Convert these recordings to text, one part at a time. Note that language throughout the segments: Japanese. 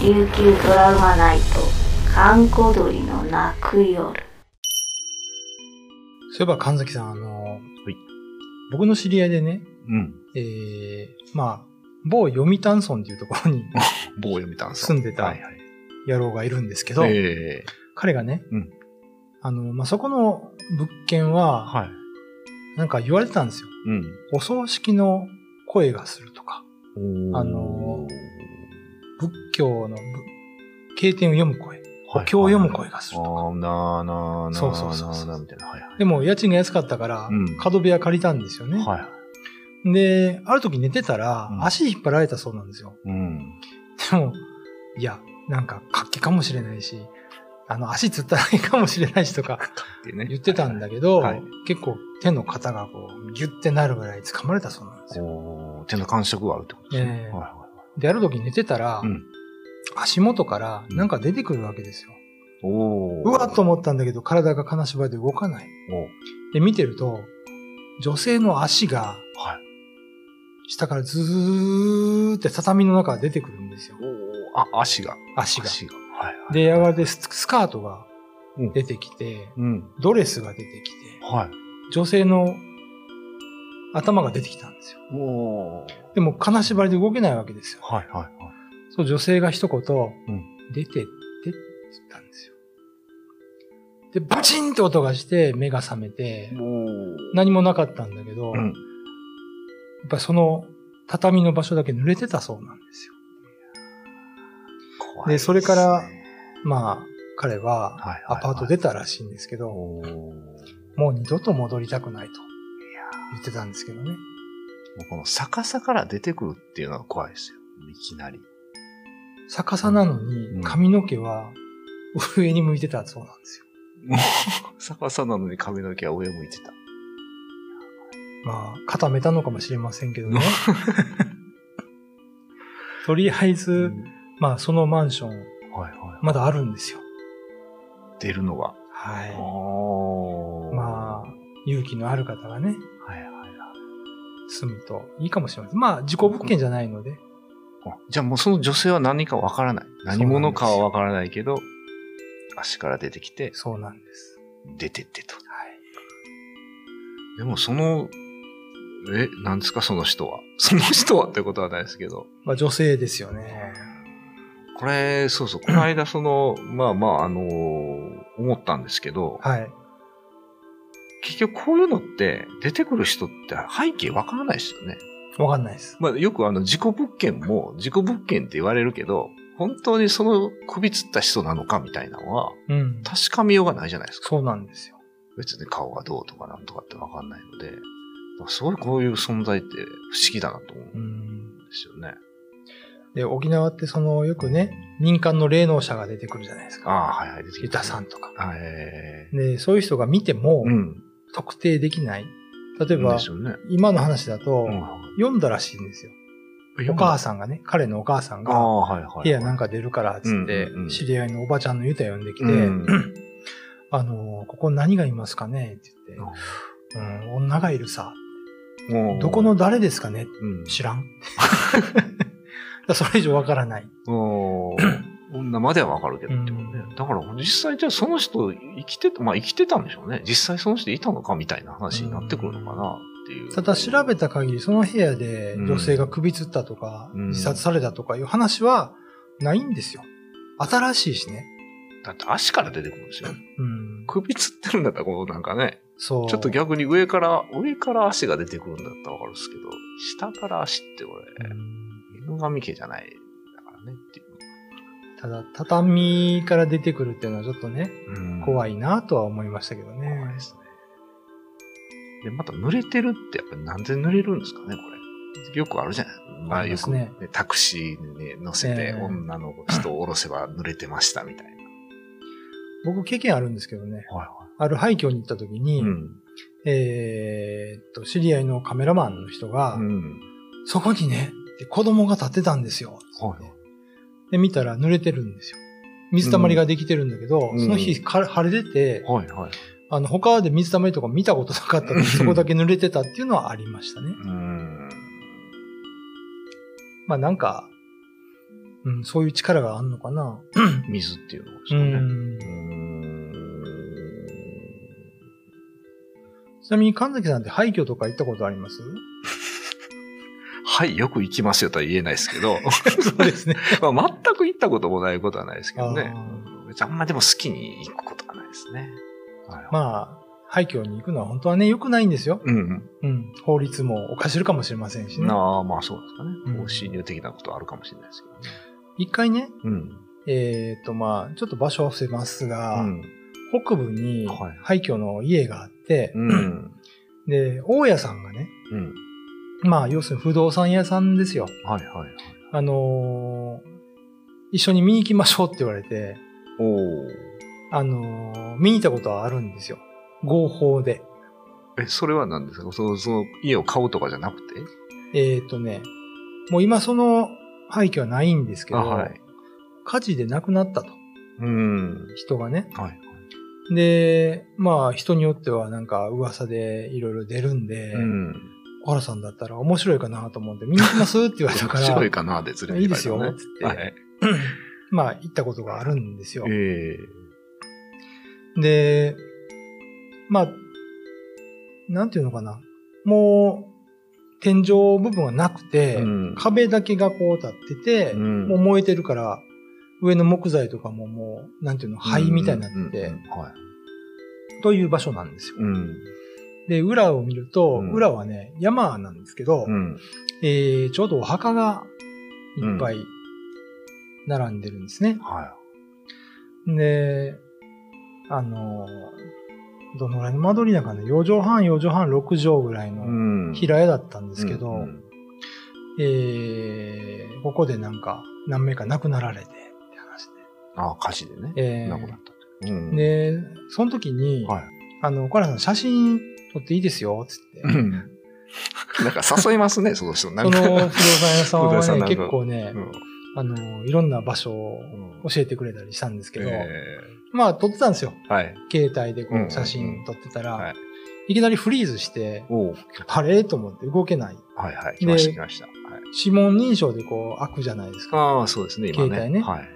琉球ドラマナイト閑古鳥の泣く夜そういえば神崎さん、あの、はい僕の知り合いでね、うん。えー、まあ、某読谷村っていうところに 棒読みたんす住んでたはいはい。野郎がいるんですけど、ええ彼がね、うんあの、まあ、そこの物件は、はい。なんか言われてたんですよ。うお葬式の声がするとか、ん。あの仏教のぶ経典を読む声、はいお経を読む声がするとか。あーなあなあなあなあなあそうそうそうそうみたいな。はいはい。でも、家賃が安かったからうん、角部屋借りたんですよね。はいはい。で、ある時寝てたらう、ん足引っ張られたそうなんですよ。うん。でも、いや、なんか活気かもしれないし、あの、足つったらいいかもしれないしとかてね言ってたんだけど、 はいはい結構手の肩がこう、ギュッてなるぐらい掴まれたそうなんですよ。おー手の感触があるってことですね。ええはいはい。で、ある時寝てたら、うん足元からなんか出てくるわけですよ。おうーわっと思ったんだけど、体が金縛りで動かない。おーで、見てると、女性の足が、はい下からずーって畳の中から出てくるんですよ。おーあ、足が。足が。足が。はいはい。で、やがてススカートがうん出てきて、うん。ドレスが出てきて、はい。女性の頭が出てきたんですよ。おーでも、金縛りで動けないわけですよ。はいはいはい。そう、女性が一言、ん出てってって言ったんですよ。で、バチンって音がして、目が覚めて、何もなかったんだけど、うん。やっぱりその畳の場所だけ濡れてたそうなんですよ。怖いでそれからですねまあ、彼ははいはいはアいパート出たらしいんですけど、おーもう二度と戻りたくないと言ってたんですけどね。もうこの逆さから出てくるっていうのは怖いですよ。いきなり。逆さなのうにん髪の毛は上に向いてたそうなんですよ。逆さなのに髪の毛は上向いてた。まあ、固めたのかもしれませんけどね。 とりあえず、まあそのマンション、はいはい。まだあるんですよ。出るのが。はおい。まあ、勇気のある方がね、あ。はいはいはい。住むといいかもしれません。まあ、事故物件じゃないので、あじゃあもうその女性は何かわからない。何者かはわからないけど、足から出てきて、そうなんです。出てってと。はい。でもその、え、なんですかその人は。 その人はってことはないですけど。まあ、女性ですよね。これ、そうそう、この間その、まあまあ、あのー思ったんですけど、はい。結局こういうのって、出てくる人って背景わからないですよね。わかんないです。まあ、よくあの、事故物件も、事故物件って言われるけど、本当にその首つった人なのかみたいなのは、うん。確かめようがないじゃないですか。そうなんですよ。別に顔がどうとかなんとかってわかんないので、だからすごいこういう存在って不思議だなと思うんうでん。すよね。で、沖縄ってその、よくね、民間の霊能者が出てくるじゃないですか。ああ、はいはい、出てユきた。タさん。んとか。ええで、そういう人が見てもうん。特定できない。例えそうばで、すよね。今の話だとう、ん読んだらしいんですよ。お母さんがね、彼のお母さんあが、あ、はいはい。部屋なんか出るから、つってうんうんう、ん知り合いのおばちゃんのユタ呼んできてう、んあの、ここ何がいますかねって言うっ んて、うん、女がいるさ。もうどこの、誰ですかねうん、知らん。 だそれ以上わからない。もう女まではわかるけどってことね。うんだから実際じゃあその人生きて、まあ生きてたんでしょうね。実際その人いたのかみたいな話になってくるのかなっていう。ただ調べた限り、その部屋で女性が首吊ったとか、うん自殺されたとかいう話はないんですよ。新しいしね。だって足から出てくるんですよ。うん。首つってるんだったらこうなんかね、そう。ちょっと逆に上から、上から足が出てくるんだったらわかるんですけど、下から足ってこれ、うん犬神家じゃないだからねっていう。ただ、畳から出てくるっていうのはちょっとね、うん怖いなとは思いましたけどね。怖いですね。で、また濡れてるって、やっぱりなんで濡れるんですかね、これ。よくあるじゃないまああ、りまよすく、ねね、タクシーに、ね、乗せて、ええ女の人を降ろせば濡れてましたみたい僕経験あるんですけどね。な。はいはある廃墟に行った時に、うん。えーっと、知り合いのカメラマンの人が、うん。そこにね、って子供が立ってたんですよ。はいはいで、見たら濡れてるんですよ。水たまりができてるんだけど、うんその日か晴れてて、はいはい。あの、他で水たまりとか見たことなかったのに、そこだけ濡れてたっていうのはありましたね。うん。まあなんか、ううん、そういう力があるのかな。水っていうのがですうかね。んうー。んちなみに神崎さんって廃墟とか行ったことありますはい、よく行きますよとは言えないですけ ど、そうですね。まあ、全く行ったこともないことはないですけどねあ。あんまでも好きに行くことはないですね。はい まあ、廃墟に行くのは本当はね、良くないんですよ。うんうん。法律も犯してるかもしれませんしうん。ね。ああ、まあそうですかうね。んこう侵入的なことはあるかもしれないですけどね。一回ね、うん。えっ、とまあ、ちょっと場所は伏せますが、うん北部にはい廃墟の家があって、うん。で、大家さんがね、うん。まあ、要するに不動産屋さんですよ。はいはいはい。あのー一緒に見に行きましょうって言われて、おお。あのー見に行ったことはあるんですよ。合法で。え、それは何ですかその、その家を買うとかじゃなくてえっ、とね、もう今その廃墟はないんですけど、あ、はい。火事で亡くなったと、うん。人がね。はい。で、まあ人によってはなんか噂でいろいろ出るんで、うん。小原さんだったら面白いかなと思って、見に行きますって言われたか 面ら、白いかなで連れて行かれたのいいねですよつってはい。まあ行ったことがあるんですよ。ええ。で、まあ、なんていうのかな。もう、天井部分はなくて、うん壁だけがこう立ってて、うんもう燃えてるから、上の木材とかももう、なんていうの、灰みたいになってて、うんうんうんはい。という場所なんですよ。うん。で、裏を見ると、うん裏はね、山なんですけど、うん。えーちょうどお墓がいっぱい並んでるんですね。はで、あのー、どのぐらいの間取りだかね、4畳半、4畳半、6畳ぐらいい。のん平屋だったんですけど、うんうんえーここでなんか何名か亡くなられてって話ああ、火事でね。で。え亡くなったって。うんー、で、その時に、はいあの、岡田さん写真撮っていいですよ、つって。うんなんか誘いますね、その人。な そんかの不動産屋さん 不動は産ね、なんか結構ね、うんあの、いろんな場所をうん教えてくれたりしたんですけど、えまあ撮ってたんですよ。ーはい。携帯でこうんうんううん写真撮ってたら、はいいきなりフリーズして、おうあれと思って動けない。はいはい。で来ました、来ました。はい指紋認証でこう開くじゃないですか。ああ、そうですね、今ね。携帯ねはい。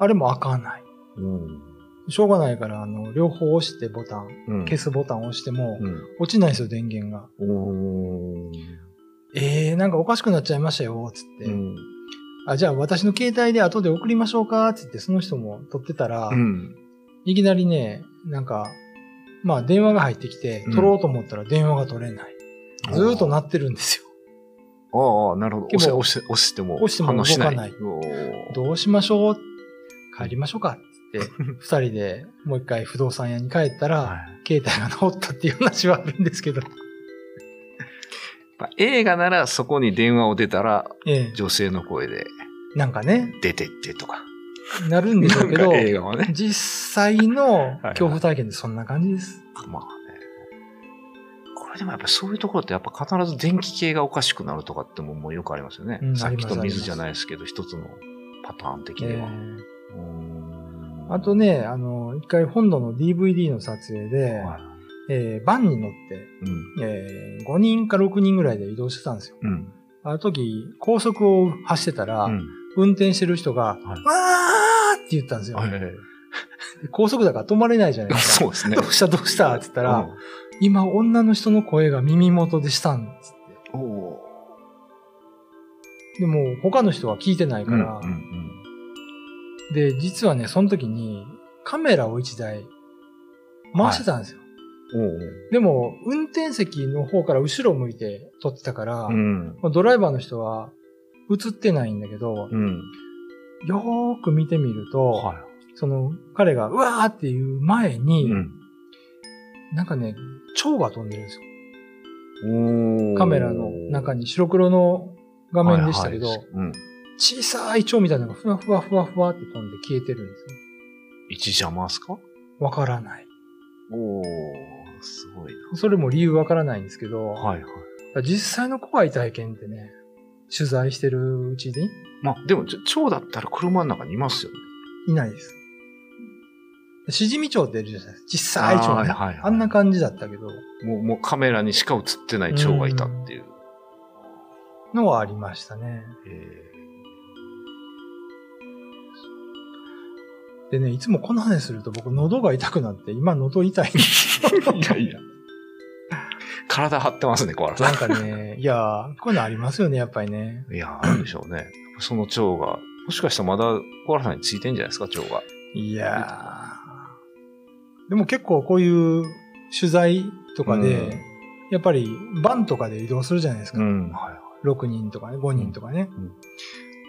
あれも開かない。うん。しょうがないから、あの、両方押してボタン、うん消すボタンを押しても、うん。落ちないんですよ、電源が。おーえー、なんかおかしくなっちゃいましたよ、つって。うん。あ、じゃあ私の携帯で後で送りましょうか、つって、その人も撮ってたら、うん。いきなりね、なんか、まあ電話が入ってきてう、ん取ろうと思ったら電話が取れない。ずーっと鳴ってるんですよ。ああ、なるほど。で押もせ、押して、押しても、押しても反応しない。動かないおーどうしましょう帰りましょうか って言って、二人でもう一回不動産屋に帰ったら、はい携帯が直ったっていう話はあるんですけ ど。まあ映画ならそこに電話を出たら、ええ女性の声で、なんかね、出てってとか。なるんでしょなうんけどか、映画はね。実際のはい恐怖体験ってそんな感じです。まあね。これでもやっぱそういうところってやっぱ必ず電気系がおかしくなるとかってももうよくありますよね。うんさっきありとます水じゃないですけど、一つのパターン的には。ええうーんあと、ね、あの、一回本土の DVD の撮影で、はいえーバンに乗って、うん。え5人か6人ぐらいで移動してたんですよ。うん。あの時、高速を走ってたら、うん運転してる人が、はいわーって言ったんですよ。はいで高速だから止まれないじゃないですか。 そうです ねど。うしたどうしたって言ったら、今女の人の声が耳元でしたんですって。うん、おでも他の人は聞いてないーうかんら、で、実はね、その時にカメラを1台回してたんですよ。うんうん。でも、運転席の方から後ろ向いて撮ってたから、おーうん。まあドライバーの人は映ってないんだけど、うん。よーく見てみると、はその彼がうわーっていう前い。に、うんなんかね、蝶が飛んでるんですよ。おーカメラの中に白黒の画面でしたけど、はいはいうん。小さい蝶みたいなのがふわふわふわふわって飛んで消えてるんですよ。一時回すかわからない。おおすごいそれも理由わからないんですけど、な。はいはい。実際の怖い体験ってね、取材してるうちにまあ、でも、ちょ蝶だったら車の中にいますよね。いないです。シジミ蝶っているじゃないですか。実際蝶、あーはいねはいはいあんな感じだったけど、もう、もうカメラにしか映ってない蝶がいたっていう。のはありましたね。えーでね、いつもこの話すると僕喉が痛くなって、今喉痛いんですよ いやいや。体張ってますね、小原さなんかね、いやー、こういうのありますよね、やっぱりね。ん。いや、あるでしょうね。その腸が、もしかしたらまだ小原さんについてんじゃないですか、腸が。いやー。でも結構こういう取材とかで、うんやっぱりバンとかで移動するじゃないですか。ん。は6人とかね、5人とかね。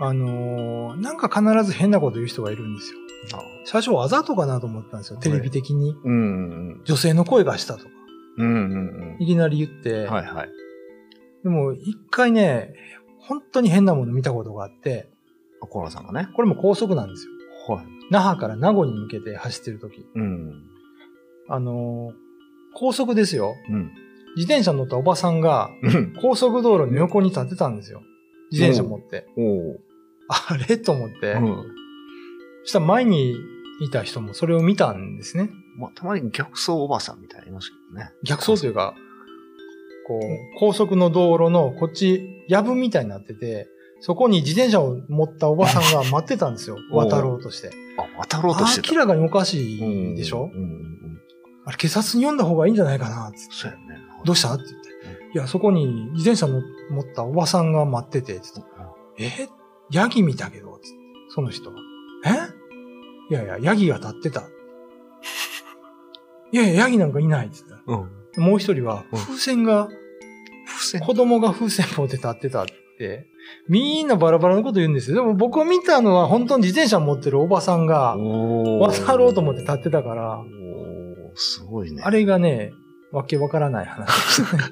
うんあのーなんか必ず変なこと言う人がいるんですよ。い。あ最初あざとかなと思ったんですよ、テレビ的に。うんうん女性の声がしたとか、うん。うんうんいきなり言って、うん。はいはい。でも一回ね、本当に変なもの見たことがあって、小原さんがね。これも高速なんですよ。はい。那覇から名護に向けて走ってる時うん。あのー高速ですよ。うん。自転車乗ったおばさんが、うん。高速道路の横に立ってたんですよ。自転車持って。おうあれと思って。うん。そしたら前にいた人もそれを見たんですね。まあ、たまに逆走おばさんみたいなのいますけどね。逆走というか、こう、高速の道路のこっち、やぶみたいになってて、そこに自転車を持ったおばさん が待ってたんですよ。おう渡ろうとして。あ、渡ろうとしてた。明らかにおかしうんいでしょ、うんうんうん。あれ警察に読んだ方がいいんじゃないかなっつってそうやね。どうしたって言って。いや、そこに自転車の持ったおばさんが待ってて、つってえヤギ見たけど、つってその人は。えいやいや、ヤギが立って た。いやいや、ヤギなんかいない、つってうん。もう一人は、うん風船が、不正。子供が風船持って立ってたって、みんなバラバラのこと言うんですよ。でも僕見たのは本当に自転車持ってるおばさんが渡渡ろうと思って立ってたから、おーすごいね。あれがね、わけわからない話 ですね。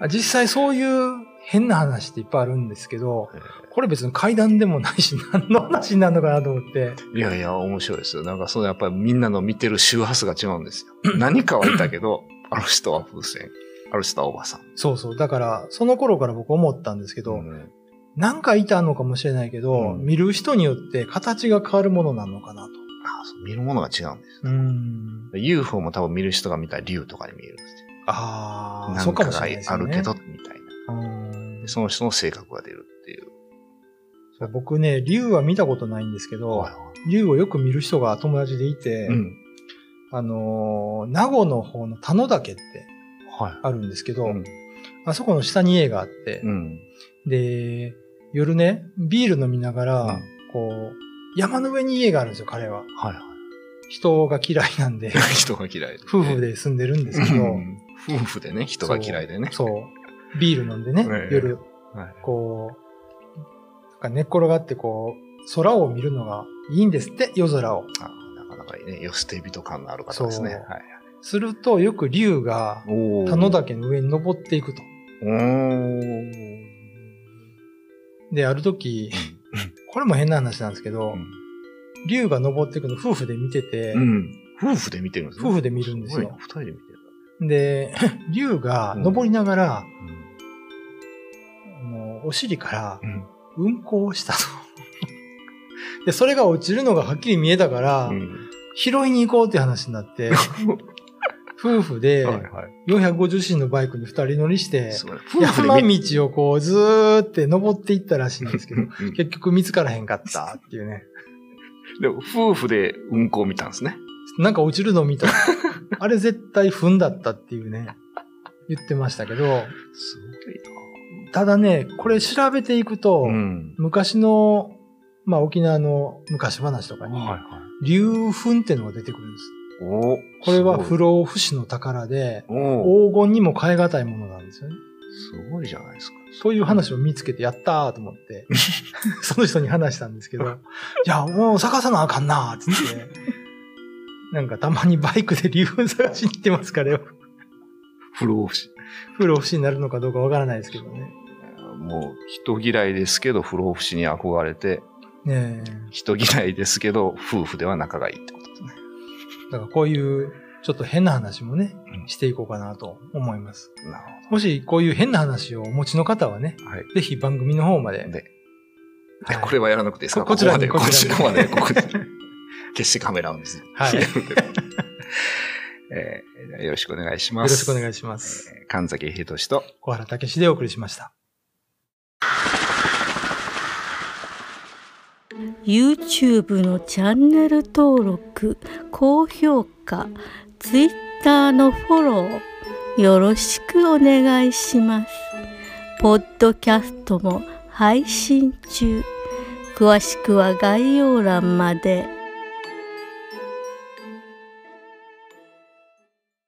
あ実際そういう変な話っていっぱいあるんですけど、えこれ別に階段でもないし、 何の話になるのかなと思って。ーいやいや、面白いですよ。なんか、そのやっぱりみんなの見てる周波数が違うんですよ。何かはいたけど、あの人は風船、あの人はおばさん。そうそう。だから、その頃から僕思ったんですけど、んなんかいたのかもしれないけど、うん見る人によって形が変わるものなのかなと。あそう見るものが違うんです。うん。 UFO も多分見る人が見たら竜とかに見えるんですよ。ああ、なそうんかかもしれがないですよあるね。けど、みたいな。うんでその人の性格が出るっていう。そう僕ね、竜は見たことないんですけど、竜をよく見る人が友達でいて、うん。あのー名護の方の田野岳ってはい。あるんですけど、うんあそこの下に家があって、うん。で、夜ね、ビール飲みながら、うんこう、山の上に家があるんですよ、彼は。はいは人が嫌いなん で、い。人が嫌いで。夫婦で住んでるんですけうど、ん。夫婦でね、人が嫌いでね。そう、ビール飲んでねえ、え夜、はいこう、なんか寝っ転がってこう、空を見るのがいいんですって、夜空を。あなかなかいいね、よ捨て人感のある方ですね。そうはい。すると、よく竜が、お田野岳の上に登っていくと。おーで、ある時、これも変な話なんですけど、竜が登っていくの夫婦で見ててう、ん。夫婦で見てるんですね夫婦で見るんですよごいな二人で見てるで、 竜が登りながら、あのお尻からんだ。運行したと。 で、それが落ちるのがはっきり見えたから、うん。拾いに行こうって話にな って、夫婦ではいは 450cc のバイクに2人乗りしてい。、すごい夫婦山で 見て道をこうずーって登っていったらしいんですけど、 うん結局見つからへんかったっていうね。でも夫婦で運行を見たんですね。なんか落ちるの見 た。あれ絶対踏んだったっていうね、言ってましたけど、すただね、これ調べていくと、ごいな。ん。昔の、まあ沖縄の昔話とかに、はいはい。竜墳っていうのが出てくるんです。おこれは不古老不死の宝で、おー黄金にも変え難いものなんですよね。すごいじゃないですか。そういう話を見つけて、やったーと思 って、その人に話したんですけど、いや、もう探さなあかんなーっつって、なんかたまにバイクで竜墳探しに行ってますからよ。不老不死。不老不死になるのかどうかわからないですけどね。もう人嫌いですけど不老不死に憧れて、ねえ。人嫌いですけど夫婦では仲がいいってことですね。だからこういう、ちょっと変な話もねう、んしていこうかなと思います。なるもしこういう変な話をお持ちの方はね、ほど。はい。ぜひ番組の方まで。で、はいえこれはやらなくていいですかここ ちらにこまで、こちらまで、ここちこらでに。決してカメラオンですね。はいや えーよろしくお願いしよまろす。しくお願いしいします。。神崎秀俊と、小原武史でお送りしました。 YouTube のチャンネル登録高評価 Twitter のフォローよろしくお願いしますポッドキャストも配信中詳しくは概要欄まで。